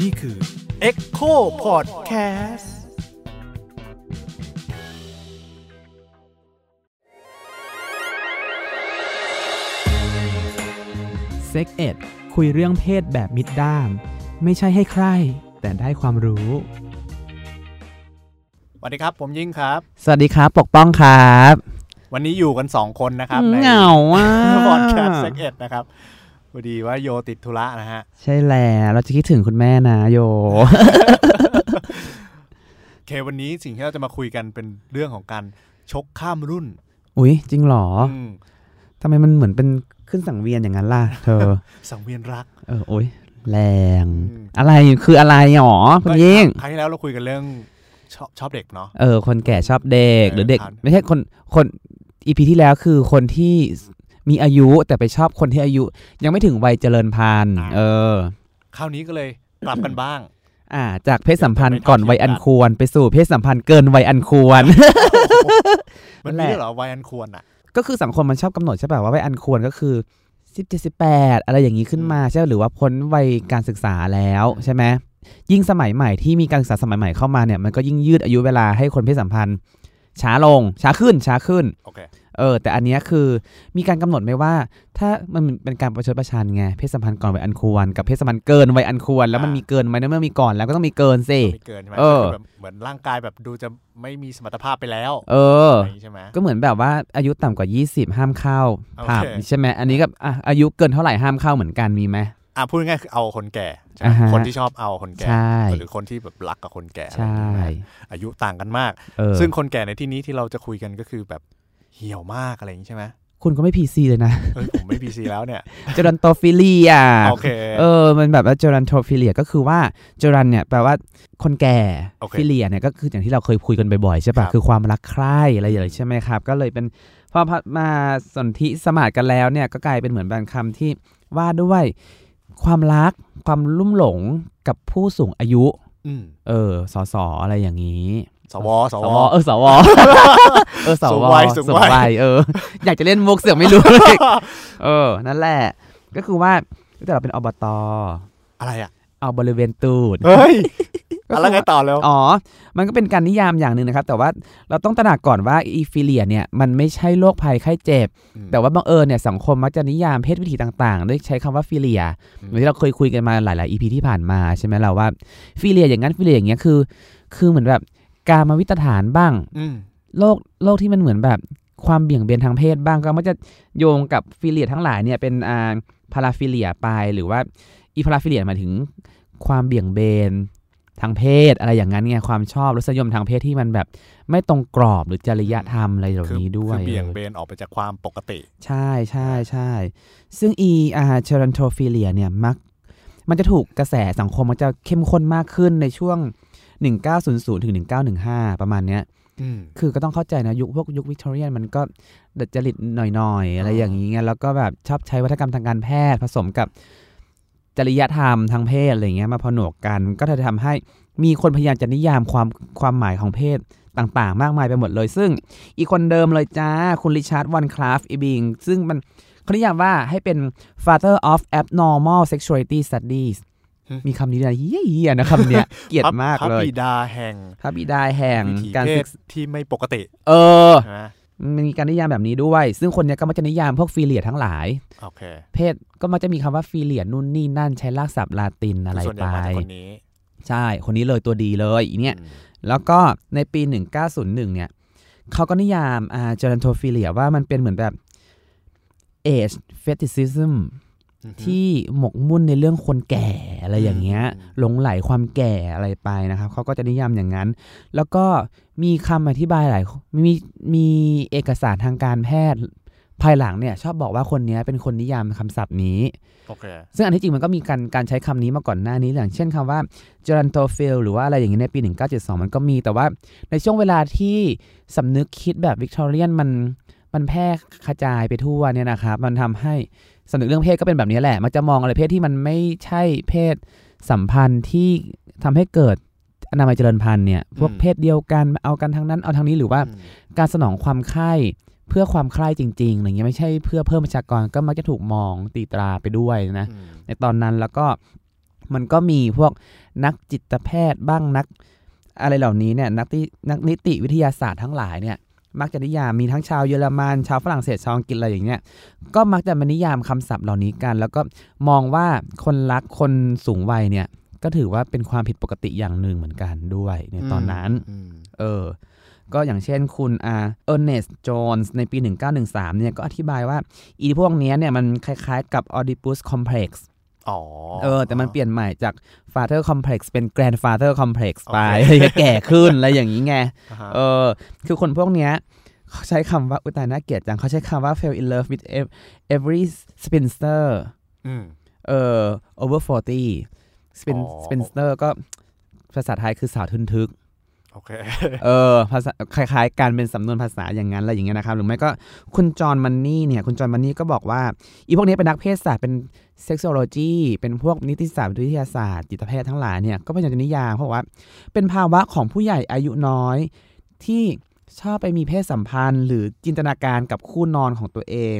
นี่คือ Echo Podcast เซ็กเอ็ดคุยเรื่องเพศแบบมิดด้าม ไม่ใช่ให้ใคร แต่ได้ความรู้ สวัสดีครับ ผมยิ่งครับ สวัสดีครับ ปกป้องครับ วันนี้อยู่กัน 2 คนนะครับใน เหงาอ่ะ พอดแคสต์เซ็กเอ็ดนะครับพอดีว่าโยติดธุระนะฮะ ใช่แล้วเราจะคิดถึงคุณแม่นะโย โอเควันนี้สิ่งที่เราจะมาคุยกันเป็นเรื่องของการชกข้ามรุ่น อุ๊ย จริงเหรอ ม ทำไมมันเหมือนเป็นขึ้นสังเวียนอย่างนั้นล่ะ เธอ สังเวียนรัก เออโอ๊ย แรง อืม อะไรคืออะไรหรอคุณยิ่ง ครั้งที่แล้วเราคุยกันเรื่องชอบชอบเด็กเนาะ เออ คนแก่ชอบเด็ก เออ หรือเด็ก ผ่าน ไม่ใช่คนคนอีพีที่แล้วคือคนที่มีอายุแต่ไปชอบคนที่อายุ ยังไม่ถึงวัยเจริญพันธุ์เออ คราวนี้ก็เลยกลับกันบ้าง อ่า จากเพศสัมพัน เดี๋ ธ์ ยวจะไป ก่อน ทำ วัย เทียบกั อั น นควร ไปสู่เพศสัมพันธ์เกินวัยอันควร มัน นั่นแหมีละ ด้วยเหรอวัยอันควรอ่ะ ก็คือสังคมมันชอบกำหนดใช่ป่ะว่าวัยอันควรก็คือสิบเจ็ดสิบแปดอะไรอย่างนี้ขึ้นมาใช่ปะหรือว่าพ้นวัยการศึกษาแล้วใช่ไหมยิ่งสมัยใหม่ที่มีการศึกษาสมัยใหม่เข้ามาเนี่ยมันก็ยิ่งยืดอายุเวลาให้คนเพศสัมพันธ์ ช้าลง ช้าขึ้นช้าขึ้น โอเค เออ แต่อันเนี้ยคือมีการกำหนดไหมว่า ถ้ามันเป็นการประชดประชันไงเพศสัมพันธ์ก่อนวัยอันควร กับเพศสัมพันธ์เกินวัยอันควร แล้วมัน อ่ามี มีเกินไหมในเมื่อมีก่อนแล้วก็ต้องมีเกินสิ ไม่เกินใช่ไหม เออ แบบเหมือนร่างกายแบบดูจะไม่มีสมรรถภาพไปแล้ว เออ อะไรอย่างงี้ใช่ไหม ก็เหมือนแบบว่าอายุต่ำกว่า 20 ห้ามเข้า โอเค ถามใช่ไหมอันนี้กับอ่ะอายุเกินเท่าไหร่ห้ามเข้าเหมือนกันมีไหม อ่ะพูดง่ายๆคือเอาคนแก่ใช่ไหม อ่าฮะ คนที่ชอบเอาคนแก่ ใช่ หรือคนที่แบบรักกับคนแก่อะไร ใช่ อย่างงี้นะอายุต่างกันมาก เออ ซึ่งคนแก่ในที่นี้ที่เราจะคุยกันก็คือแบบเหี่ยวมากอะไรอย่างนี้ใช่ไหม คุณก็ไม่พีซีเลยนะ เอ้ยผมไม่ PC แล้วเนี่ย จรันโตฟิเลีย โอเค เออมันแบบว่าจรันโตฟิเลียก็คือว่าจรันเนี่ยแปลว่าคนแก่ โอเค ฟิเลียเนี่ยก็คืออย่างที่เราเคยคุยกันบ่อยๆใช่ปะ ครับ คือความรักใคร่อะไรอย่างเงี้ยใช่ไหมครับ ก็เลยเป็นพอมาสนธิสมาธิกันแล้วเนี่ยก็กลายเป็นเหมือนบางคำที่ว่าด้วยความรักความลุ่มหลงกับผู้สูงอายุ อืม เออ สอสออะไรอย่างนี้ สวสว เออ สว เออ ส สู ว งวัยสูงวัย วัยเอ อ อยากจะเล่นมุกเสียงไม่รู้เลย เออ นั่นแหละ ก็คือว่าแต่เราเป็นอบต อะไรอ่ะ เอาบริเวณตูด เฮ้ยอะไรไงต่อแล้ว อ๋อ มันก็เป็นการนิยามอย่างหนึ่งนะครับ แต่ว่าเราต้องตระหนักก่อนว่าอีฟิเลียเนี่ย มันไม่ใช่โรคภัยไข้เจ็บ อืม แต่ว่าบังเอิญเนี่ยสังคมมักจะนิยามเพศวิถีต่างๆ ด้วยใช้คำว่าฟิเลีย อืม เหมือนที่เราเคยคุยกันมาหลายๆ EP ที่ผ่านมาใช่ไหมเราว่าฟิเลียอย่างนั้นฟิเลียอย่างเงี้ยคือ คือเหมือนแบบการมาวิตรฐานบ้าง อืม โลกโลกที่มันเหมือนแบบความเบี่ยงเบนทางเพศบ้างก็มักจะโยงกับฟิเลียทั้งหลายเนี่ยเป็นอ่าพาราฟิเลียไปหรือว่าอีพาราฟิเลียหมายถึงความเบี่ยงเบนทางเพศอะไรอย่างนั้นไงความชอบรสนิยมทางเพศที่มันแบบไม่ตรงกรอบหรือจริยธรรมอะไรเหล่า คื นี้ด้วย คือเบี่ยงเบนออกไปจากความปกติ ใช่ใช่ใช่ ซึ่ง ER c h e r a n t o p h i l i a เนี่ยมักมันจะถูกกระแสสังคมมันจะเข้มข้นมากขึ้นในช่วง 1900ถึง1915 ประมาณเนี้ย อืม คือก็ต้องเข้าใจนะ ยุคพวกยุควิกตอเรียนมันก็ดัดจริตหน่อยๆ อะไร อ่า อย่างนี้ไงแล้วก็แบบชอบใช้วัฒกรรมทางการแพทย์ผสมกับจริยธรรมทางเพศอะไรอย่างเงี้ยมาผนวกกัน ก็จะทำให้มีคนพยายามจะนิยามความความหมายของเพศต่างๆ มากมายไปหมดเลย ซึ่งอีกคนเดิมเลยจ้า คุณริชาร์ดวันคลาฟอีบิง ซึ่งมันเขาเรียกว่าให้เป็น father of abnormal sexuality studies มีคำนี้ด้วยนะเยี่ยๆนะคำเนี้ย เกลียดมาก พระ เลย บิดาแห่ง พระบิดาแห่ง วิถี การ เพ ศึ ศ กษา ที่ไม่ปกติ เออ ใช่ไหม มันมีการนิยามแบบนี้ด้วย ซึ่งคนเนี้ยก็มักจะนิยามพวกฟิเลียทั้งหลาย โอเค เพศก็มักจะมีคำว่าฟิเลียนู่นนี่นั่นใช้รากศัพท์ลาตินอะไร ส่วนไปใหญ่มาจากคนนี้ ใช่ คนนี้เลยตัวดีเลยอีเนี่ย อืม แล้วก็ในปี 1901 เนี่ยเขาก็นิยามอาจารันโทฟิเลียว่ามันเป็นเหมือนแบบ age fetishism อืม ที่หมกมุ่นในเรื่องคนแก่อะไรอย่างเงี้ย อืม หลงไหลความแก่อะไรไปนะครับเขาก็จะนิยามอย่างนั้น แล้วก็มีคำอธิบายหลายมีมีเอกสารทางการแพทย์ ภายหลังเนี่ยชอบบอกว่าคนเนี้ยเป็นคนนิยามคำศัพท์นี้ โอเค ซึ่งอันที่จริงมันก็มีการการใช้คำนี้มาก่อนหน้านี้อย่างเช่นคำว่า g e r a n t o p h i l หรือว่าอะไรอย่างนี้ในปี 1972 มันก็มีแต่ว่าในช่วงเวลาที่สำนึกคิดแบบวิกตอเรียนมันมันแพร่กระจายไปทั่วเนี่ยนะครับ มันทำให้สำนึกเรื่องเพศก็เป็นแบบนี้แหละ มันจะมองอะไรเพศที่มันไม่ใช่เพศสัมพันธ์ที่ทำให้เกิดอนามัยเจริญพันธุ์เนี่ยพวก อืม เพศเดียวกันเอากันทางนั้นเอาทางนี้หรือว่า อืม การสนองความไข้ เพื่อความใคร่จริงๆอะไรเงี้ยไม่ใช่เพื่อเพิ่มประชากรก็มักจะถูกมองตีตราไปด้วยนะ อืม ในตอนนั้นแล้วก็มันก็มีพวกนักจิตแพทย์บ้างนัก อะไรเหล่านี้เนี่ยนักที่นักนิติวิทยาศาสตร์ทั้งหลายเนี่ย มักจะนิยามมีทั้งชาวเยอรมันชาวฝรั่งเศสชาวอังกฤษอะไรอย่างเงี้ยก็มักจะมานิยามคำศัพท์เหล่านี้กัน แล้วก็มองว่าคนรักคนสูงวัยเนี่ย ก็ถือว่าเป็นความผิดปกติอย่างหนึ่งเหมือนกันด้วยในตอนนั้น อืม เออ ก็อย่างเช่นคุณอาเออร์เนสต์จอนส์ในปี 1913 เนี่ยก็อธิบายว่า อีพวกเนี้ยเนี่ยมันคล้ายๆกับ Oedipus Complex อ๋อ เออ แต่มันเปลี่ยนใหม่จาก Father Complex เป็น Grandfather Complex ไป โอเค แก่ขึ้น อะไรอย่างนี้ไง อ่าฮะ เออ คือคนพวกเนี้ยเขาใช้คำว่า อุยตายน่าเกลียดจัง เขาใช้คำว่า fell in love with ev- every spinster ม เออ over 40 spin อ๋อ spinster ก็ภาษาไทยคือสาวทึนทึก โอเค เออภาษาคล้ายๆการเป็นสำนวนภาษาอย่างนั้นอะไรอย่างเงี้ยนะครับ หรือไม่ก็คุณจอห์นมันนี่เนี่ย คุณจอห์นมันนี่ก็บอกว่า อีพวกนี้เป็นนักเพศศาสตร์เป็นเซ็กซ์โลจีเป็นพวกนิติศาสตร์วิทยาศาสตร์จิตแพทย์ทั้งหลายเนี่ย ก็พยายามจะนิยามเพราะว่า เป็นภาวะของผู้ใหญ่อายุน้อย ที่ชอบไปมีเพศสัมพันธ์ หรือจินตนาการกับคู่นอนของตัวเอง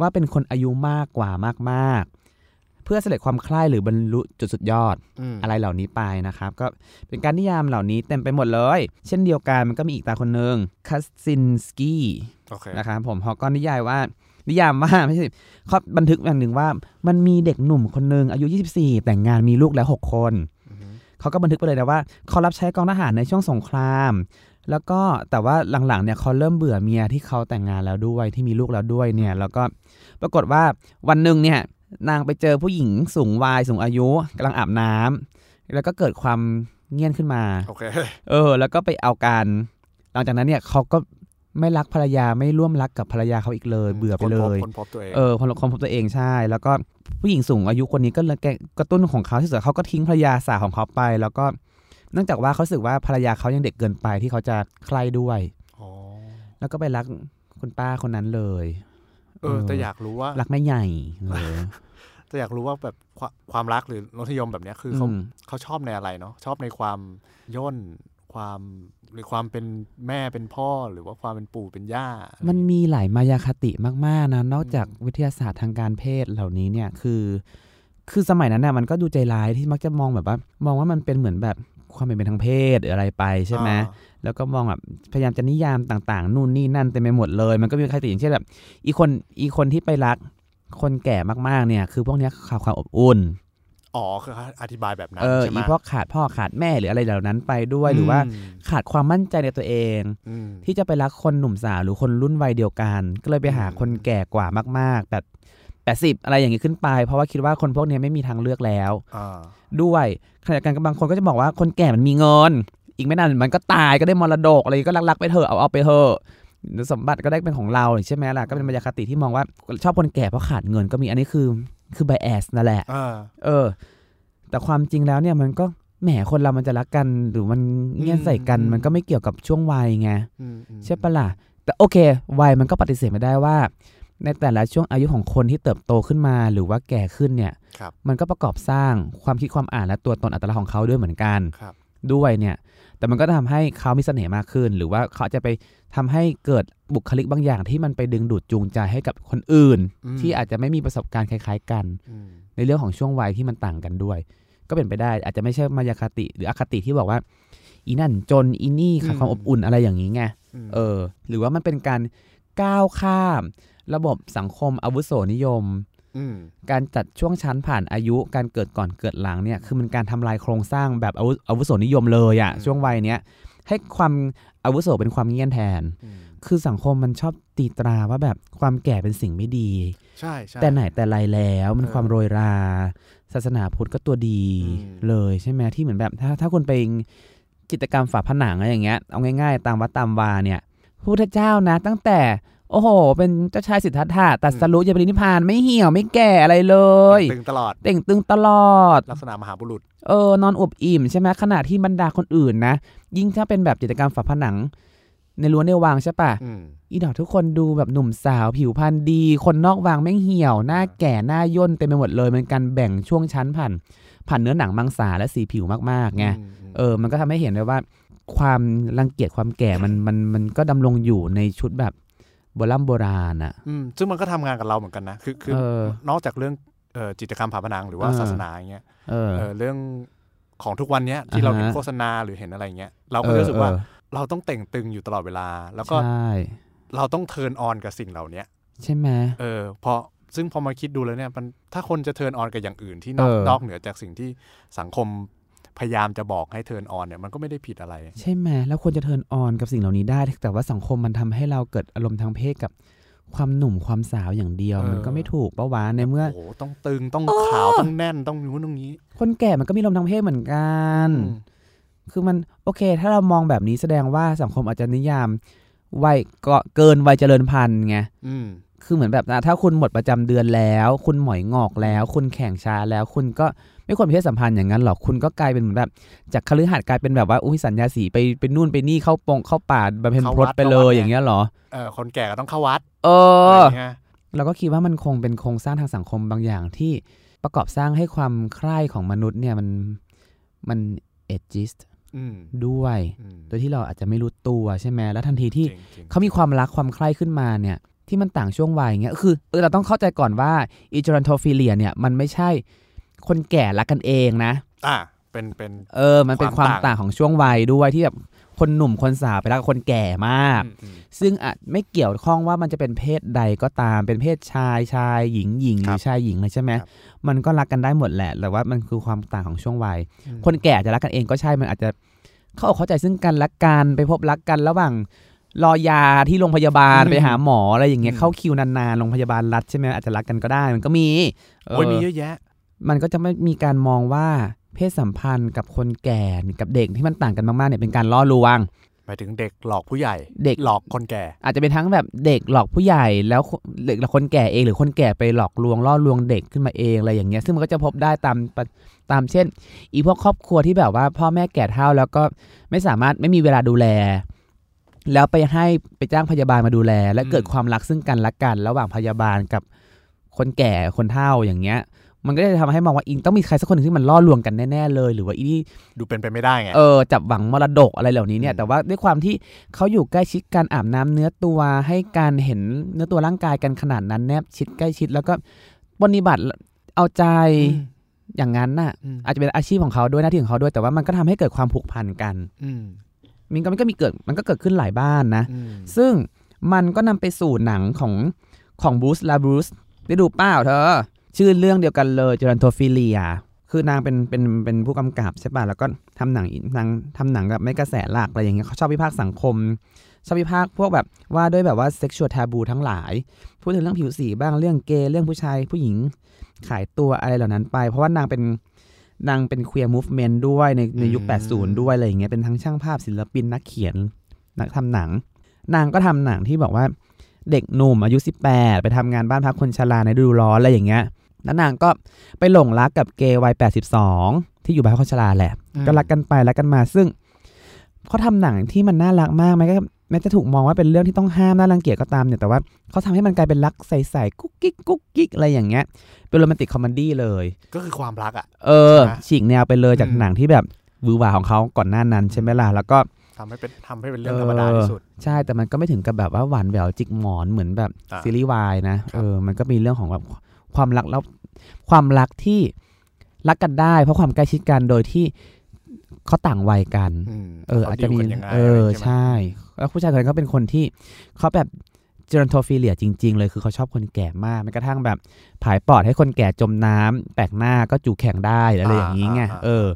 ว่าเป็นคนอายุมากกว่ามากๆ เพื่อเสด็จความใคร่หรือบรรลุจุดสุดยอด อืม อะไรเหล่านี้ไปนะครับ ก็เป็นการนิยามเหล่านี้เต็มไปหมดเลย เช่นเดียวกันมันก็มีอีกตาคนหนึ่งคัสซินสกี้ โอเค นะครับผมเขาก็นิยายว่า นิยามว่า ไม่ใช่เขาบันทึกอย่างหนึ่งว่า มันมีเด็กหนุ่มคนหนึ่งอายุ 24 แต่งงานมีลูกแล้ว 6 คน อือฮึ เขาก็บันทึกไปเลยนะว่าเขารับใช้กองทหารในช่วงสงคราม แล้วก็แต่ว่าหลังๆเนี่ยเขาเริ่มเบื่อเมียที่เขาแต่งงานแล้วด้วยที่มีลูกแล้วด้วยเนี่ย แล้วก็ปรากฏว่าวันหนึ่งเนี่ยนางไปเจอผู้หญิงสูงวัยสูงอายุกำลังอาบน้ำแล้วก็เกิดความเงียนขึ้นมา โอเค เออ แล้วก็ไปเอาการ หลังจากนั้นเนี่ยเขาก็ไม่รักภรรยาไม่ร่วมรักกับภรรยาเขาอีกเลย เบื่อไปเลย คนพบตัวเอง เออคนคนพบตัวเองใช่ แล้วก็ผู้หญิงสูงอายุคนนี้ก็เลยแกกระตุ้นของเขาที่สุดเขาก็ทิ้งภรรยาสาวของเขาไป แล้วก็เนื่องจากว่าเขารู้สึกว่าภรรยาเขายังเด็กเกินไปที่เขาจะใคร่ด้วย อ แล้วก็ไปรักคุณป้าคนนั้นเลย เออแต่อยากรู้ว่า รักแม่ใหญ่เออ แต่อยากรู้ว่าแบบความความรักหรือรสนิยมแบบเนี้ยคือ อื เขา ม เขาชอบในอะไรเนาะชอบในความย่นความหรือความเป็นแม่เป็นพ่อหรือว่าความเป็นปู่เป็นย่าอะไร มันมีหลายมายาคติมากๆนะนอกจากวิทยาศาสตร์ทางการเพศเหล่านี้เนี่ยคือ คือสมัยนั้นน่ะมันก็ดูใจร้ายที่มักจะมองแบบว่า มองว่ามันเป็นเหมือนแบบความเป็นไปทางเพศหรืออะไรไปใช่ไหม อ่า แล้วก็มองแบบพยายามจะนิยามต่างๆ นู่นนี่นั่นเต็มไปหมดเลย มันก็มีคติอย่างเช่นแบบอีคนอีคนที่ไปรัก คนแก่มากๆเนี่ย คือพวกเนี้ยขาดความอบอุ่น อ๋อคืออธิบายแบบนั้น เออ ใช่ไหม อีพวกขาดพ่อขาดแม่หรืออะไรเหล่านั้นไปด้วยหรือว่า อืม ขาดความมั่นใจในตัวเอง อืม ที่จะไปรักคนหนุ่มสาวหรือคนรุ่นวัยเดียวกัน ก็เลยไปหา อืม คนแก่กว่ามากๆแบบแปดสิบอะไรอย่างนี้ขึ้นไป เพราะว่าคิดว่าคนพวกเนี้ยไม่มีทางเลือกแล้ว อ่า ด้วยขณะเดียวกันก็บางคนก็จะบอกว่าคนแก่มันมีเงิน อีกไม่นานมันก็ตายก็ได้มรดกอะไรก็รักๆไปเถอะเอาเอาไปเถอะสมบัติก็ได้เป็นของเราใช่ไหมล่ะก็เป็นบรรยากาศติที่มองว่าชอบคนแก่เพราะขาดเงินก็มีอันนี้คือคือ bias นั่นแหละ อ่า เออ แต่ความจริงแล้วเนี่ยมันก็แหมคนเรามันจะรักกันหรือมันเงี้ยนใส่กัน อืม มันก็ไม่เกี่ยวกับช่วงวัยไง อืมอืม ใช่ปะล่ะ แต่โอเค วัยมันก็ปฏิเสธไม่ได้ว่า ในแต่ละช่วงอายุของคนที่เติบโตขึ้นมาหรือว่าแก่ขึ้นเนี่ย ครับ มันก็ประกอบสร้างความคิดความอ่านและตัวตนอัตลักษณ์ของเขาด้วยเหมือนกัน ครับ ด้วยเนี่ย แต่มันก็ทำให้เขามีเสน่ห์มากขึ้น หรือว่าเขาอาจจะไปทำให้เกิดบุคลิกบางอย่างที่มันไปดึงดูดจูงใจให้กับคนอื่น ม ที่อาจจะไม่มีประสบการณ์คล้าย ๆ กัน อืม ในเรื่องของช่วงวัยที่มันต่างกันด้วย ก็เป็นไปได้ อาจจะไม่ใช่มายาคติ หรืออคติที่บอกว่า อีนั่นจนอีนี่ขาดความอบอุ่นอะไรอย่างนี้ไง ม เออหรือว่ามันเป็นการก้าวข้าม ระบบสังคมอาวุโสนิยม ม การจัดช่วงชั้นผ่านอายุ การเกิดก่อนเกิดหลังเนี่ยคือมันการทำลายโครงสร้างแบบอาวุอาวุโสนิยมเลยอะช่วงวัยเนี้ยให้ความอาวุโสเป็นความเงี่ยนแทน อืม คือสังคมมันชอบตีตราว่าแบบความแก่เป็นสิ่งไม่ดี ใช่ใช่ แต่ไหนแต่ไรแล้วมัน เออ ความโรยรา ศาสนาพุทธก็ตัวดี อืม เลยใช่ไหมที่เหมือนแบบถ้าถ้าคนไปจิตรกรรมฝาผนังอะไรอย่างเงี้ยเอาง่ายๆ ตามวัดตามวาเนี่ยพระพุทธเจ้านะ ตั้งแต่ โอ้โห เป็นเจ้าชายสิทธัตถะตรัดสรุยานปรินิพพานไม่เหี่ยวไม่แก่อะไรเลย ตึงตลอด เต่งตึงตลอด ลักษณะมหาบุรุษ เออนอนอวบอิ่มใช่ไหมขณะที่บรรดาคนอื่นนะ ยิ่งถ้าเป็นแบบจิตรกรรมฝาผนัง ในรั้วในวังใช่ปะ อืม อีดอกทุกคนดูแบบหนุ่มสาวผิวพรรณดี คนนอกวางแม่งเหี่ยว หน้าแก่หน้าย่นเต็มไปหมดเลยมันการแบ่งช่วงชั้นผ่านผ่านเนื้อหนังมังสาและสีผิวมากๆไง อืมอืม เออมันก็ทำให้เห็นเลยว่า ความรังเกียจความแก่มันมันมันก็ดำรงอยู่ในชุดแบบ โบราณโบราณอ่ะ อืมซึ่งมันก็ทำงานกับเราเหมือนกันนะ คือคือ เออน อกจากเรื่องเอ่อจิตรกรรมผาผนังหรือว่า เออ ศาสนาอย่างเงี้ย เออ เอ่อเรื่องของทุกวันเนี้ยอ่าที่ฮะ เราเห็นโฆษณาหรือเห็นอะไรเงี้ยเราก็รู้สึกว่า เออ เราต้องเต่งตึงอยู่ตลอดเวลา แล้ว เอ ก็ อใช่ เราต้องเทิร์นออนกับสิ่งเหล่าเนี้ย ใช่ไหม เออพอซึ่งพอมาคิดดูแล้วเนี่ยมันถ้าคนจะเทิร์นออนกับอย่างอื่นที่นอก เออ นอกเหนือจากสิ่งที่สังคมพยายามจะบอกให้เทิร์นออนเนี่ยมันก็ไม่ได้ผิดอะไร ใช่ไหมแล้วควรจะเทิร์นออนกับสิ่งเหล่านี้ได้ แต่ว่าสังคมมันทำให้เราเกิดอารมณ์ทางเพศกับความหนุ่มความสาวอย่างเดียว เออ มันก็ไม่ถูกปะวะในเมื่อ โอ้โหต้องตึงต้องขาวต้องแน่นต้องนู้นต้องนี้ คนแก่มันก็มีอารมณ์ทางเพศเหมือนกัน อืม คือมันโอเค ถ้าเรามองแบบนี้แสดงว่าสังคมอาจจะนิยามวัยก็เกินวัยเจริญพันธุ์ไง อืม คือเหมือนแบบอ่ะถ้าคุณหมดประจำเดือนแล้ว คุณหมอยงอกแล้ว คุณแข่งช้าแล้ว คุณก็ไม่ควรมีเพศสัมพันธ์อย่างนั้นหรอกคุณก็กลายเป็นเหมือนแบบ จากคฤหัสถ์กลายเป็นแบบว่าอุ้ยสัญญาสีไปไปนู่นไปนี่เข้าปงเข้าป่าบำเพ็ญพรตไปเล เข้ายวัด อย่างเงี้ยเหรอ เออคนแก่ก็ต้องเข้าวัด เออ ะไรเงี้ย เราก็คิดว่ามันคงเป็นโครงสร้างทางสังคมบางอย่างที่ประกอบสร้างให้ความใคร่ของมนุษย์เนี่ยมันมันเอจิส อืม ด้วย อืม โดยที่เราอาจจะไม่รู้ตัวใช่ไหมแล้วทันทีที่ จริงจริง เขามีความรักความใคร่ขึ้นมาเนี่ย ที่มันต่างช่วงวัยอย่างเงี้ยคือเออเราต้องเข้าใจก่อนว่าอิจรันโทฟิเลียเนี่ย มันไม่ใช่คนแก่รักกันเองนะ อ่ะเป็นเป็น เออ มันเป็นความ ความต่าง ต่างของช่วงวัยด้วยที่แบบคนหนุ่มคนสาวไปรักกับคนแก่มาก อืมอืม ซึ่งอาจไม่เกี่ยวข้องว่ามันจะเป็นเพศใดก็ตาม เป็นเพศชายชายหญิงหญิงห ครั รื บ อชายหญิงเลยใช่ไหม ครับ มันก็รักกันได้หมดแหละแต่ว่ามันคือความต่างของช่วงวัย อืม คนแก่อาจจะรักกันเองก็ใช่ มันอาจจะเข้าอกเข้าใจซึ่งกันและกันไปพบรักกันระหว่างรอยาที่โรงพยาบาล ไปหาหมออะไรอย่างเงี้ยเข้าคิวนานๆโรงพยาบาลรัฐใช่ไหมอาจจะรักกันก็ได้มันก็มีเอ โอ้ย อ มีเยอะแยะ มันก็จะไม่มีการมองว่าเพศสัมพันธ์กับคนแก่กับเด็กที่มันต่างกันมากๆเนี่ยเป็นการล่อลวง หมายถึงเด็กหลอกผู้ใหญ่ เด็ก หลอกคนแก่ อาจจะเป็นทั้งแบบเด็กหลอกผู้ใหญ่แล้วเด็กหลอกคนแก่เองหรือคนแก่ไปหลอกลวงล่อลวงเด็กขึ้นมาเองอะไรอย่างเงี้ยซึ่งมันก็จะพบได้ตามปะตามเช่น อีพวกครอบครัวที่แบบว่าพ่อแม่แก่เฒ่าแล้วก็ไม่สามารถไม่มีเวลาดูแล แล้วไปให้ไปจ้างพยาบาลมาดูแล และเกิด อืม ความรักซึ่งกันและกัน ระหว่างพยาบาลกับคนแก่คนเฒ่าอย่างเงี้ย มันก็จะทำให้มองว่าอิงต้องมีใครสักคนหนึ่งที่มันล่อลวงกันแน่ๆเลย หรือว่าอีนี่ ดูเป็นไปไม่ได้ไง เออจับหวังมรดกอะไรเหล่านี้เนี่ย อืม แต่ว่าด้วยความที่เขาอยู่ใกล้ชิดการอาบน้ำเนื้อตัวให้การเห็นเนื้อตัวร่างกายกันขนาดนั้นแนบชิดใกล้ชิดแล้วก็ปฏิบัติเอาใจ ม อย่างนั้นน่ะ อืม อาจจะเป็นอาชีพของเขาด้วยหน้าที่ของเขาด้วย แต่ว่ามันก็ทำให้เกิดความผูกพันกัน อืม มันก็มันก็มีเกิดมันก็เกิดขึ้นหลายบ้านนะ อืม ซึ่งมันก็นำไปสู่หนังของของบรูซลาบรูซได้ดูเปล่าเธอ ชื่อเรื่องเดียวกันเลยจ e รันโทฟิเลีย คือนางเป็นเป็นเป็นผู้กำกับใช่ป่ะ แล้วก็ทำหนังนางทำหนังแบบไม่กระแสหลักอะไรอย่างเงี้ยเขาชอบวิพากษ์สังคม ชอบวิพากษ์พวกแบบว่าด้วยแบบว่าเซ็กชวลทาบูทั้งหลาย พูดถึงเรื่องผิวสีบ้างเรื่องเกย์เรื่องผู้ชายผู้หญิงขายตัวอะไรเหล่านั้นไป เพราะว่านางเป็นนางเป็น queer movement ด้วยในในยุค 80 ด้วยอะไรอย่างเงี้ยเป็นทั้งช่างภาพศิลปินนักเขียนนักทำหนัง นางก็ทำหนังที่บอกว่าเด็กหนุ่มอายุ 18 ไปทำงานบ้านพักคนชราในฤดูร้อนอะไรอย่างเงี้ย แล้วนางก็ไปหลงรักกับเกย์วัย 82 ที่อยู่บ้านพักคนชราแหละ ก็รักกันไปรักกันมาซึ่งเขาทำหนังที่มันน่ารักมากแม้ก็แม้จะถูกมองว่าเป็นเรื่องที่ต้องห้ามน่ารังเกียจก็ตามเนี่ยแต่ว่าเขาทำให้มันกลายเป็นรักใสๆกุ๊กกิ๊กกุ๊กกิ๊กอะไรอย่างเงี้ยเป็นโรแมนติกคอมเมดี้เลย ก็คือความรักอ่ะ เออ ใช่ไหม ฉีกแนวไปเลยจาก อืม หนังที่แบบวือหวาของเขาก่อนหน้านั้นใช่ไหมล่ะแล้วก็ ทำให้เป็นทำให้เป็นเรื่องธรรมดาที่สุด ใช่ แต่มันก็ไม่ถึงกับแบบว่าหวานแหววจิกหมอนเหมือนแบบ อ่า ซีรีส์วายนะ ครับ เออ มันก็มีเรื่องของแบบความรักแล้วความรักที่รักกันได้ เพราะความใกล้ชิดกันโดยที่เขาต่างวัยกัน ม เออ อาจจะมี เขดีลกันยังไง เออ ะไรย่างงี้ยไหม ใช่ แล้วผู้ชายคนนั้นก็เป็นคนที่เขาแบบเจอรันโทฟิเลียจริง ๆ เลยคือเขาชอบคนแก่มากแม้กระทั่งแบบผายปอดให้คนแก่จมน้ำแปลกหน้าก็จูแข่งได้อะไรอย่างนี้ไงเออ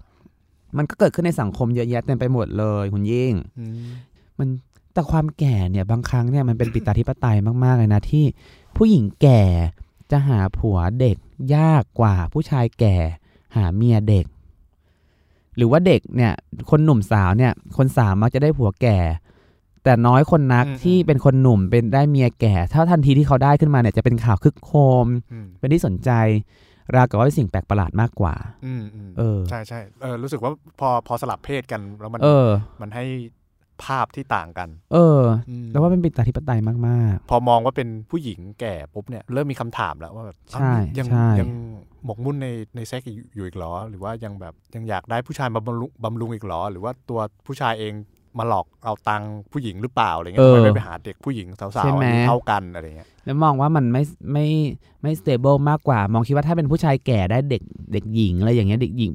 มันก็เกิดขึ้นในสังคมเยอะแยะเต็มไปหมดเลยคุณยิ่ง อืม มันแต่ความแก่เนี่ยบางครั้งเนี่ยมันเป็นปิตาธิปไตยมาก ๆ เลยนะ ที่ผู้หญิงแก่จะหาผัวเด็กยากกว่าผู้ชายแก่หาเมียเด็ก หรือว่าเด็กเนี่ยคนหนุ่มสาวเนี่ยคนสาวมักจะได้ผัวแก่ แต่น้อยคนนักที่เป็นคนหนุ่มเป็นได้เมียแก่ ถ้าทันทีที่เขาได้ขึ้นมาเนี่ยจะเป็นข่าวคึกโคม อืม เป็นที่สนใจ ราวกับว่าเป็นสิ่งแปลกประหลาดมากกว่า อืมอืม เออ ใช่ใช่เออรู้สึกว่าพอพอสลับเพศกันแล้วมัน เออ มันให้ภาพที่ต่างกัน เออ อืม แล้วว่าเป็นปิตาธิปไตยมาก พอมองว่าเป็นผู้หญิงแก่ปุ๊บเนี่ยเริ่มมีคำถามแล้วว่าแบบ ใช่ เอ้ายั ใช่ ยังหมกมุ่นในในเซ็กอยู่อยู่อีกเหรอ หรือว่ายังแบบยังอยากได้ผู้ชายมาบำรุงบำรุงอีกเหรอ หรือว่าตัวผู้ชายเอง มาหลอกเอาตังค์ผู้หญิงหรือเปล่าอะไรเงี้ยทำไม เออ ไม่ไปหาเด็กผู้หญิงสาว ใช่ ๆ ไหม อายุเท่ากันอะไรเงี้ย แล้วมองว่ามันไม่ไม่ไม่สเตเบิลมากกว่า มองคิดว่าถ้าเป็นผู้ชายแก่ได้เด็กเด็กหญิงอะไรอย่างเงี้ยเด็กหญิง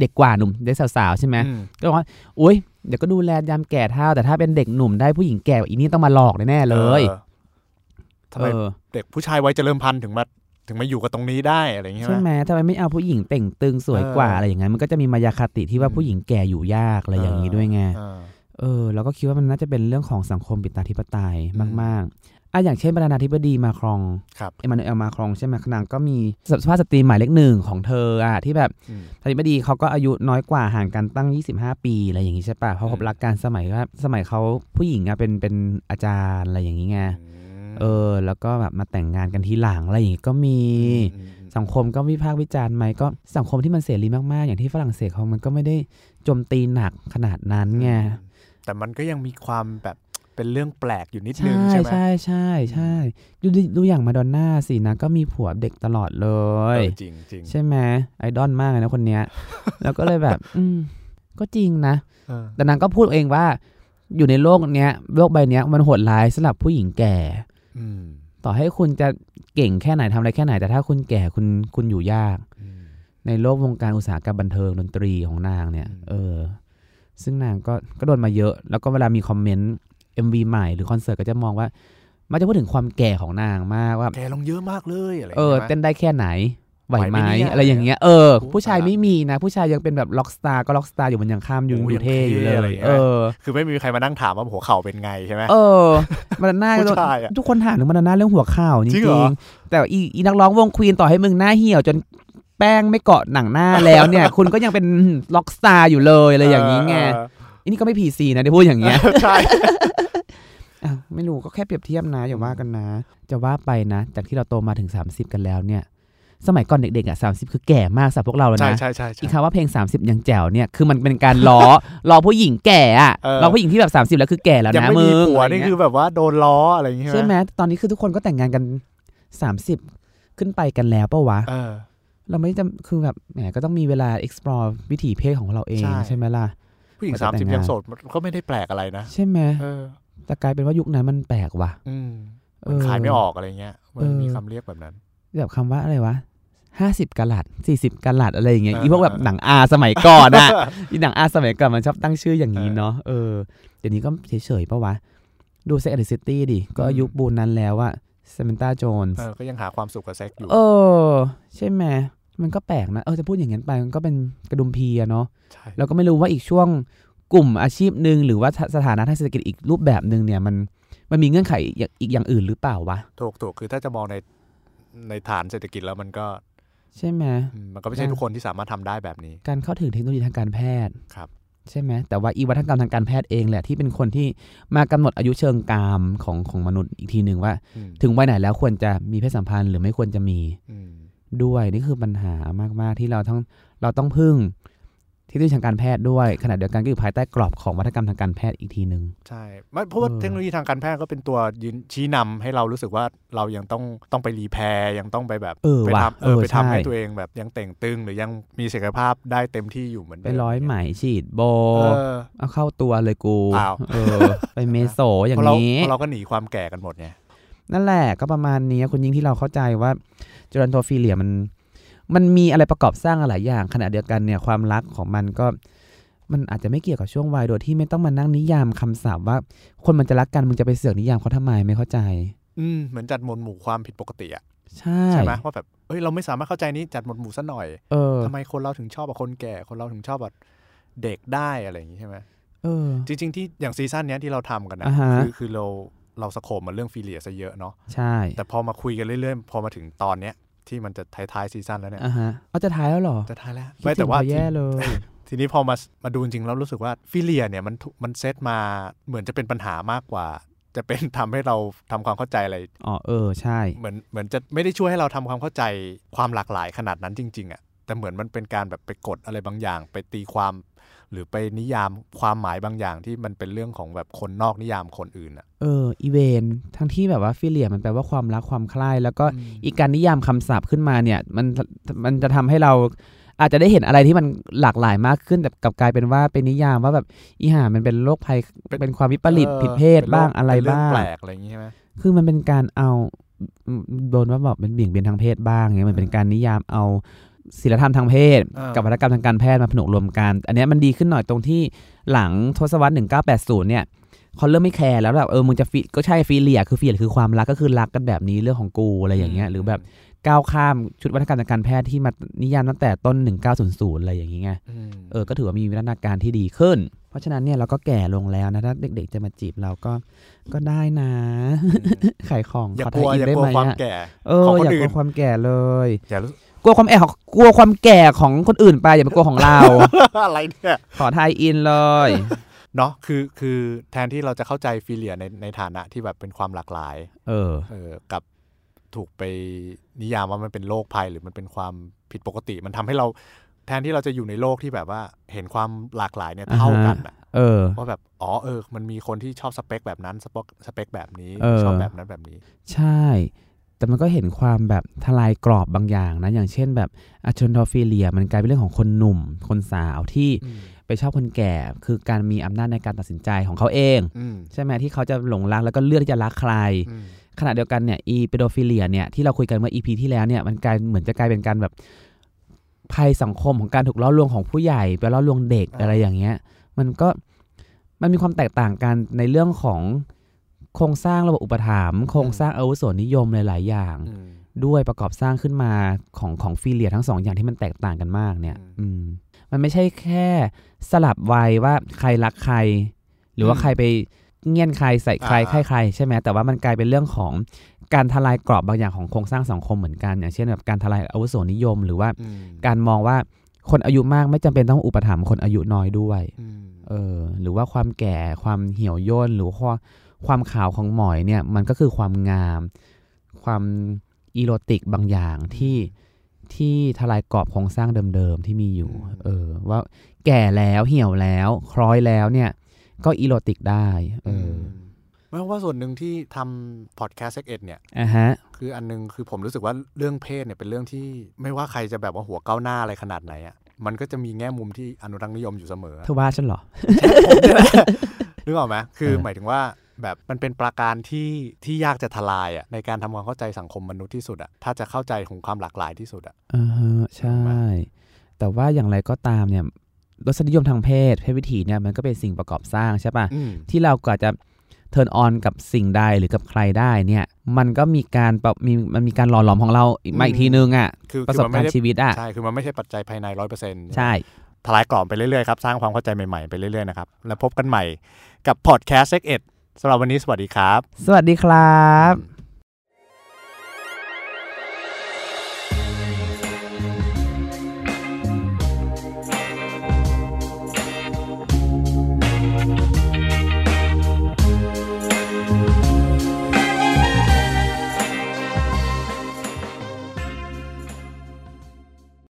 เด็กกว่าหนุ่มได้สาวๆใช่ไหม อืม ก็บอกว่าอุ้ยเดี๋ยวก็ดูแลยามแก่เท่าแต่ถ้าเป็นเด็กหนุ่มได้ผู้หญิงแก่กว่าอีนี่ต้องมาหลอกแน่ๆเลย ออทำไม เออ เด็กผู้ชายวัยเจริญพันธุ์ถึงมาถึงมาอยู่กับตรงนี้ได้อะไรเงี้ย ใช่ ใช่ ไห ไหม มทำไมไม่เอาผู้หญิงแต่งตึงสวย เออก ว่าอะไรอย่างนั้น มันก็จะมีมายาคติที่ว่า อืม ผู้หญิงแก่อยู่ยากอะไรอย่างนี้ เออ ด้วยไง อ่า เออ แล้วก็คิดว่ามันน่าจะเป็นเรื่องของสังคมปิตาธิปไตย อืม มากๆอ่ะอย่างเช่นประธานาธิบดีมาครอง ครับ เอมมานูเอลมาครองใช่ไหมนางก็มีสภาพสตรีหมายเลขหนึ่งของเธออะที่แบบ อืม ประธานาธิบดีเขาก็อายุน้อยกว่าห่างกันตั้ง 25 ปีอะไรอย่างนี้ใช่ปะเพราะคบ อืม รักกันสมัยว่าสมัยเขาผู้หญิงอะเป็นเป็นอาจารย์อะไรอย่างนี้ไง เออ แล้วก็แบบมาแต่งงานกันทีหลังอะไรอย่างนี้ก็มี อืมอืม สังคมก็วิพากษ์วิจารณ์ไหมก็สังคมที่มันเสรีมากๆ อย่างที่ฝรั่งเศสเขามันก็ไม่ได้โจมตีหนักขนาดนั้นไง แต่มันก็ยังมีความแบบเป็นเรื่องแปลกอยู่นิดนึ ใช่ งใช่ไหม ใช่ใช่ใช่ดูดิดูอย่างมาดอนน่าสินะก็มีผัวเด็กตลอดเล เอย อจริงจริง ใช่ไหมไอดอลมากเลยนะคนเนี้ย แล้วก็เลยแบบ อืมก็จริงนะ เออ แต่นางก็พูดเองว่า อยู่ในโลกเนี้ยโลกใบเนี้ยมันโหดร้ายสำหรับผู้หญิงแก่ อืม ต่อให้คุณจะเก่งแค่ไหนทำอะไรแค่ไหน แต่ถ้าคุณแก่คุณคุณอยู่ยาก อืม ในโลกวงการอุตสาหกรรมบันเทิงดนตรีของนางเนี่ย อืม เออ ซึ่งนางก็ก็โดนมาเยอะ แล้วก็เวลามีคอมเมนต์ MV ใหม่หรือคอนเสิร์ตก็จะมองว่า มันจะพูดถึงความแก่ของนางมากว่า แกลงเยอะมากเลยอะไรย่าง เออ งี้ยไหม เต้นได้แค่ไหน ไหวไหม ไหวไหมเนี่ย อะไรอย่างเงี้ย เออ โอ้ ผู้ชาย ตายละ ไม่มีนะ ผู้ชายยังเป็นแบบล็อกสตาร์ก็ล็อกสตาร์อยู่มันยังข้ามยุง โอ้ อ ยั ยู่ ง เท่อยู่เล เท่อะไร ย อย่างเงี้ย เออ คือไม่มีใครมานั่งถามว่าหัวเข่าเป็นไงใช่ไหม เอ อ มันน่า ผู้ชายอะ ทุกคนถามถึงมันน่าเรื่องหัวข่าวจ จริ ริ งเหรง อ ๆแต่อีอีนักร้องวงควีนต่อให้มึงหน้าเหี่ยวจนแป้งไม่เกาะหนังหน้าแล้วเนี่ย คุณก็ยังเป็นล็อกสตาร์อยู่เลยอะไรอย่างนี้ไง เออ อันนี้ก็ไม่พีซีนะที่พูดอย่างเงี้ ย เออใช่ อ่ะไม่รู้ก็แค่เปรียบเทียบนะอย่าว่ากันนะ จะว่าไปนะ จากที่เราโตมาถึง 30 กันแล้วเนี่ย สมัยก่อนเด็กๆอ่ะสาคือแก่มากสำหรับพวกเราแล้ว ใช่ นะ ใช่ใช่ใช่ อีกคำว่าเพลง 30 ยังแจ๋วเนี่ยคือมันเป็นการล้อ ล้อผู้หญิงแก่อ่ะ เออ ล้อผู้หญิงที่แบบ30 แล้วคือแก่แล้ว ยัง นะ ไม่ มึ มี ง ผัว อะไร นี่ เงี้ย คือแบบว่าโดนล้ออะไรอย่างงี้ ใช่ ใช่ ไห ไห ม ม ตอนนี้คือทุกคนก็แต่งงานกัน 30 ขึ้นไปกันแล้วปะวะ เออ เราไม่จำคือแบบแหมก็ต้องมีเวลา explore วิถีเพศของเราเอง ใช่ ใช่ไหมล่ะ ผู้หญิง กว่าจะ สาม แต่ สิงบงาน ยังโสดมันก็ไม่ได้แปลกอะไรนะ ใช่ไหม เออ แต่กลายเป็นว่ายุคนั้นมันแปลกว่ะ อืม เอ มัน อ ขายไม่ออกอะไรเงี้ย มัน เออ มีคำเรียกแบบนั้น แบบคำว่าอะไรวะห้าสิบกะลัดสี่สิบกะลัดอะไรอย่างเงี้ย อ่า อีพวกแบบหนังอาสมัยก่อนอะ อีหนังอาสมัยก่อนมันชอบตั้งชื่ออย่างนี้เนาะเออเดี๋ยวนี้ก็เฉยๆปะวะ ดูเซ็กแอนด์ซิตี้ดิ ก็ อืม อายุปูนนั้นแล้วอะเซมินตาโจน เออ ก็ยังหาความสุขกับเซ็กอยู่ เออ ใช่ไหมมันก็แปลกนะ เออจะพูดอย่างนั้นไปมันก็เป็นกระดุมพีอะเนาะ ใช่ แล้วก็ไม่รู้ว่าอีกช่วงกลุ่มอาชีพหนึ่งหรือว่าสถานะทางเศรษฐกิจอีกรูปแบบหนึ่งเนี่ยมันมันมีเงื่อนไขอย่างอีกอย่างอื่นหรือเปล่าวะ ถูกถูกคือถ้าจะมองในในฐานเศรษฐกิจแล้วมันก็ ใช่ไหม อืมมันก็ไม่ใช่ทุกคนที่สามารถทำได้แบบนี้ การเข้าถึงเทคโนโลยีทางการแพทย์ ครับ ใช่ไหมแต่ว่าอีวัฒกรรมทางการแพทย์เองแหละที่เป็นคนที่มากำหนดอายุเชิงกรามของของมนุษย์อีกทีหนึ่งว่า อืม ถึงวัยไหนแล้วควรจะมีเพศสัมพันธ์หรือไม่ควรจะมี อืม ด้วยนี่คือปัญหามาก ๆ ที่เราต้องเราต้องพึ่งเทคโนโลยีทางการแพทย์ด้วยขณะเดียวกันก็อยู่ภายใต้กรอบของวัฒกรรมทางการแพทย์อีกทีหนึ่ง ใช่ไม่เพราะว่า เออ เทคโนโลยีทางการแพทย์ก็เป็นตัวยืนชี้นำให้เรารู้สึกว่าเรายังต้องต้องไปรีแพร์ยังต้องไปแบบ เออ ไป ว่ะ ทำเออไปทำ ใช่ ให้ตัวเองแบบยังแต่งตึงหรือยังมีศักยภาพได้เต็มที่อยู่เหมือน ไป เดิม ร้อยไหมฉีดโบ เออ เอาเข้าตัวเลยกู เปล่า เออ ไปเมโซอย่า เพ ง ราะเรา นี้ เพราะเราก็หนีความแก่กันหมดไง นั่นแหละก็ประมาณนี้คุณยิ่งที่เราเข้าใจว่าจอรันโทฟิเลียมัน มันมีอะไรประกอบสร้างหลายอย่าง ขณะเดียวกันเนี่ยความรักของมันก็ มันอาจจะไม่เกี่ยวกับช่วงวัยโดยที่ไม่ต้องมานั่งนิยามคำศัพท์ว่า คนมันจะรักกันมึงจะไปเสือกนิยามเขาทำไมไม่เข้าใจ อืมเหมือนจัดหมวดหมู่ความผิดปกติอะ ใช่ ใช่ไหมว่าแบบเอ้ยเราไม่สามารถเข้าใจนี้จัดหมวดหมู่ซะหน่อย เออ ทำไมคนเราถึงชอบกับคนแก่ คนเราถึงชอบแบบเด็กได้อะไรอย่างงี้ใช่ไหม เออ จริง ๆ ที่อย่างซีซั่นเนี้ยที่เราทำกันนะ อ่าฮะ คือคือเราเราสโคบมาเรื่องฟิเลียซะเยอะเนาะ ใช่ แต่พอมาคุยกันเรื่อยๆ พอมาถึงตอนเนี้ยที่มันจะท้ายๆซีซั่นแล้วเนี่ย อ่ะฮะเอาจะท้ายแล้วเหรอ จะท้ายแล้ว คิ ไม่ ดถึง แต่ว่า เธอ ที แย่ เลย ทีนี้พอมามาดูจริงๆแล้วรู้สึกว่าฟิเลียเนี่ยมันถูกมันเซตมาเหมือนจะเป็นปัญหามากกว่า จะเป็นทำให้เราทำความเข้าใจอะไร อ๋อเออใช่ เหมือนเหมือนจะไม่ได้ช่วยให้เราทำความเข้าใจความหลากหลายขนาดนั้นจริง ๆอะ่ะแต่เหมือนมันเป็นการแบบไปกดอะไรบางอย่าง ไปตีความ หรือไปนิยามความหมายบางอย่างที่มันเป็นเรื่องของแบบคนนอกนิยามคนอื่นอะ่ะ เอออีเวนทั้งที่แบบว่าฟิเลียมันแปลว่าความรักความใคร่แล้วก็ อีกการนิยามคำศัพท์ขึ้นมาเนี่ยมันมันจะทำให้เรา อาจจะได้เห็นอะไรที่มันหลากหลายมากขึ้นแต่กลับกลายเป็นว่าเป็นนิยามว่าแบบอีห่ามันเป็นโรคภัย เป็น เป็นความวิปริต ออ ผิดเพศ ป็นโค บ้างอะไร เป็นเ บ้าง แปลกอะไรอย่างงี้ใช่ไหม คือมันเป็นการเอาโดนว่าแบบเป็นเบี่ยงเบนทางเพศบ้างเงี้ยมันเป็นการนิยามเอาศิลธรรมทางเพศ อ่ากั กับวัฒกรรมทางการแพทย์มาผนวกรวมกัน อันเนี้ยมันดีขึ้นหน่อยตรงที่หลังทศวรรษ 1980 เนี่ยเขาเริ่มไม่แคร์แล้วแบบเออมึงจะฟีก็ใช่ฟีเลียคือฟีเลียคือความรักก็คือรักกันแบบนี้เรื่องของกูอะไรอย่างเงี้ยหรือแบบก้าวข้ามชุดวัฒกรรมทางการแพทย์ที่มานิยามตั้งแต่ต้น 1900 อะไรอย่างเงี้ย อืม เออ ก็ถือว่ามีวิวัฒนาการที่ดีขึ้น เพราะฉะนั้นเนี่ยเราก็แก่ลงแล้วนะ ถ้าเด็กๆจะมาจีบเราก็ ก็ได้นะ ขายของ อย่า ขอก ลัว ถ่าย อย่า อินได้ กลัว ไหม ความ อะ แก่ เออ ของคน อย่า อื่ กลัวน ความแก่เลย อย่ารู้ กลัวความแก่ของกลัวความแก่ของคนอื่นไป อย่าไปกลัวของเรา อะไรเนี่ย ขอทายอินเลย เนาะคือคือแทนที่เราจะเข้าใจฟิเลียในในฐานะที่แบบเป็นความหลากหลาย เออ เออกับถูกไปนิยามว่ามันเป็นโรคภัยหรือมันเป็นความผิดปกติ มันทำให้เราแทนที่เราจะอยู่ในโลกที่แบบว่าเห็นความหลากหลายเนี่ย อ่าฮะ เท่ากันอะ เออ ว่าแบบอ๋อเออ มันมีคนที่ชอบสเปคแบบนั้นสเปคสเปคแบบนี้ เออ ชอบแบบนั้นแบบนี้ ใช่ แต่มันก็เห็นความแบบทลายกรอบบางอย่างนะ อย่างเช่นแบบอะชนโทฟิเลีย มันกลายเป็นเรื่องของคนหนุ่ม คนสาวที่ อืม ไปชอบคนแก่ คือการมีอำนาจในการตัดสินใจของเขาเอง อืม ใช่ไหมที่เขาจะหลงรักแล้วก็เลือกที่จะรักใคร อืม ขณะเดียวกันเนี่ยอีเปโดฟิเลียเนี่ยที่เราคุยกันเมื่ออีพีที่แล้วเนี่ยมันกลายเหมือนจะกลายเป็นการแบบภัยสังคมของการถูกล่อลวงของผู้ใหญ่ไปล่อลวงเด็กอะไรอย่างเงี้ย มันก็มันมีความแตกต่างกันในเรื่องของโครงสร้างระบบอุปถัมภ์โครงสร้างอาวุโสนิยมหลาย ๆ อย่าง อืม ด้วยประกอบสร้างขึ้นมาของของฟิเลียทั้งสองอย่างที่มันแตกต่างกันมากเนี่ย อืม อืม มันไม่ใช่แค่สลับวัยว่าใครรักใคร หรือว่า อืม ใครไปเงี้ยนใครใส่ใคร อ่า ใครใครใช่ไหมแต่ว่ามันกลายเป็นเรื่องของการทลายกรอบบางอย่างของโครงสร้างสังคมเหมือนกัน อย่างเช่นแบบการทลายอาวุโสนิยม หรือว่า อืม การมองว่าคนอายุมากไม่จำเป็นต้องอุปถัมภ์คนอายุน้อยด้วย อืม เออ หรือว่าความแก่ความเหี่ยวย่นหรือว่าความความขาวของหมอยเนี่ย มันก็คือความงาม ความอีโรติกบางอย่างที่ที่ทลายกรอบโครงสร้างเดิมๆที่มีอยู่ เออ ว่าแก่แล้วเหี่ยวแล้ว คล้อยแล้วเนี่ย ก็อีโรติกได้ เอออ ไม่ว่าส่วนหนึ่งที่ทำพอดแคสต์เซ็กเอ็ดเนี่ย อ่ะฮะ คืออันนึงคือผมรู้สึกว่าเรื่องเพศเนี่ยเป็นเรื่องที่ไม่ว่าใครจะแบบว่าหัวก้าวหน้าอะไรขนาดไหนอะ่ะมันก็จะมีแง่มุมที่อนุรักษ์นิยมอยู่เสม อ เธอว่าฉันเหรอ นึกออกไหมคือ เออ หมายถึงว่าแบบมันเป็นปราการที่ที่ยากจะทลายอะ่ะในการทำความเข้าใจสังคมมนุษย์ที่สุดอะ่ะถ้าจะเข้าใจของความหลากหลายที่สุดอะ่ะ อ่าฮะใช่ ถูกไหม แต่ว่าอย่างไรก็ตามเนี่ยรสนิยมทางเพศเพศวิถีเนี่ยมันก็เป็นสิ่งประกอบสร้างใช่ปะ อืม ที่เรากว่าจะเทิร์นออนกับสิ่งใดหรือกับใครได้เนี่ย มันก็มีการปรับมีมันมีการหล่อหลอมของเราอีกมาอีกทีนึงอ่ะ คือ ประ คื ส อบกามันไม่ รณ์ ได้ ชีวิตอ่ะ ใช่คือมันไม่ใช่ปัจจัยภายในร้อยเปอร์เซ็นต์ ใช่ ทลายกล่อมไปเรื่อยๆครับสร้างความเข้าใจใหม่ๆไปเรื่อยๆนะครับแล้วพบกันใหม่กับพอดแคสต์เซ็กเอ็ดสำหรับวันนี้สวัสดีครับ สวัสดีครับ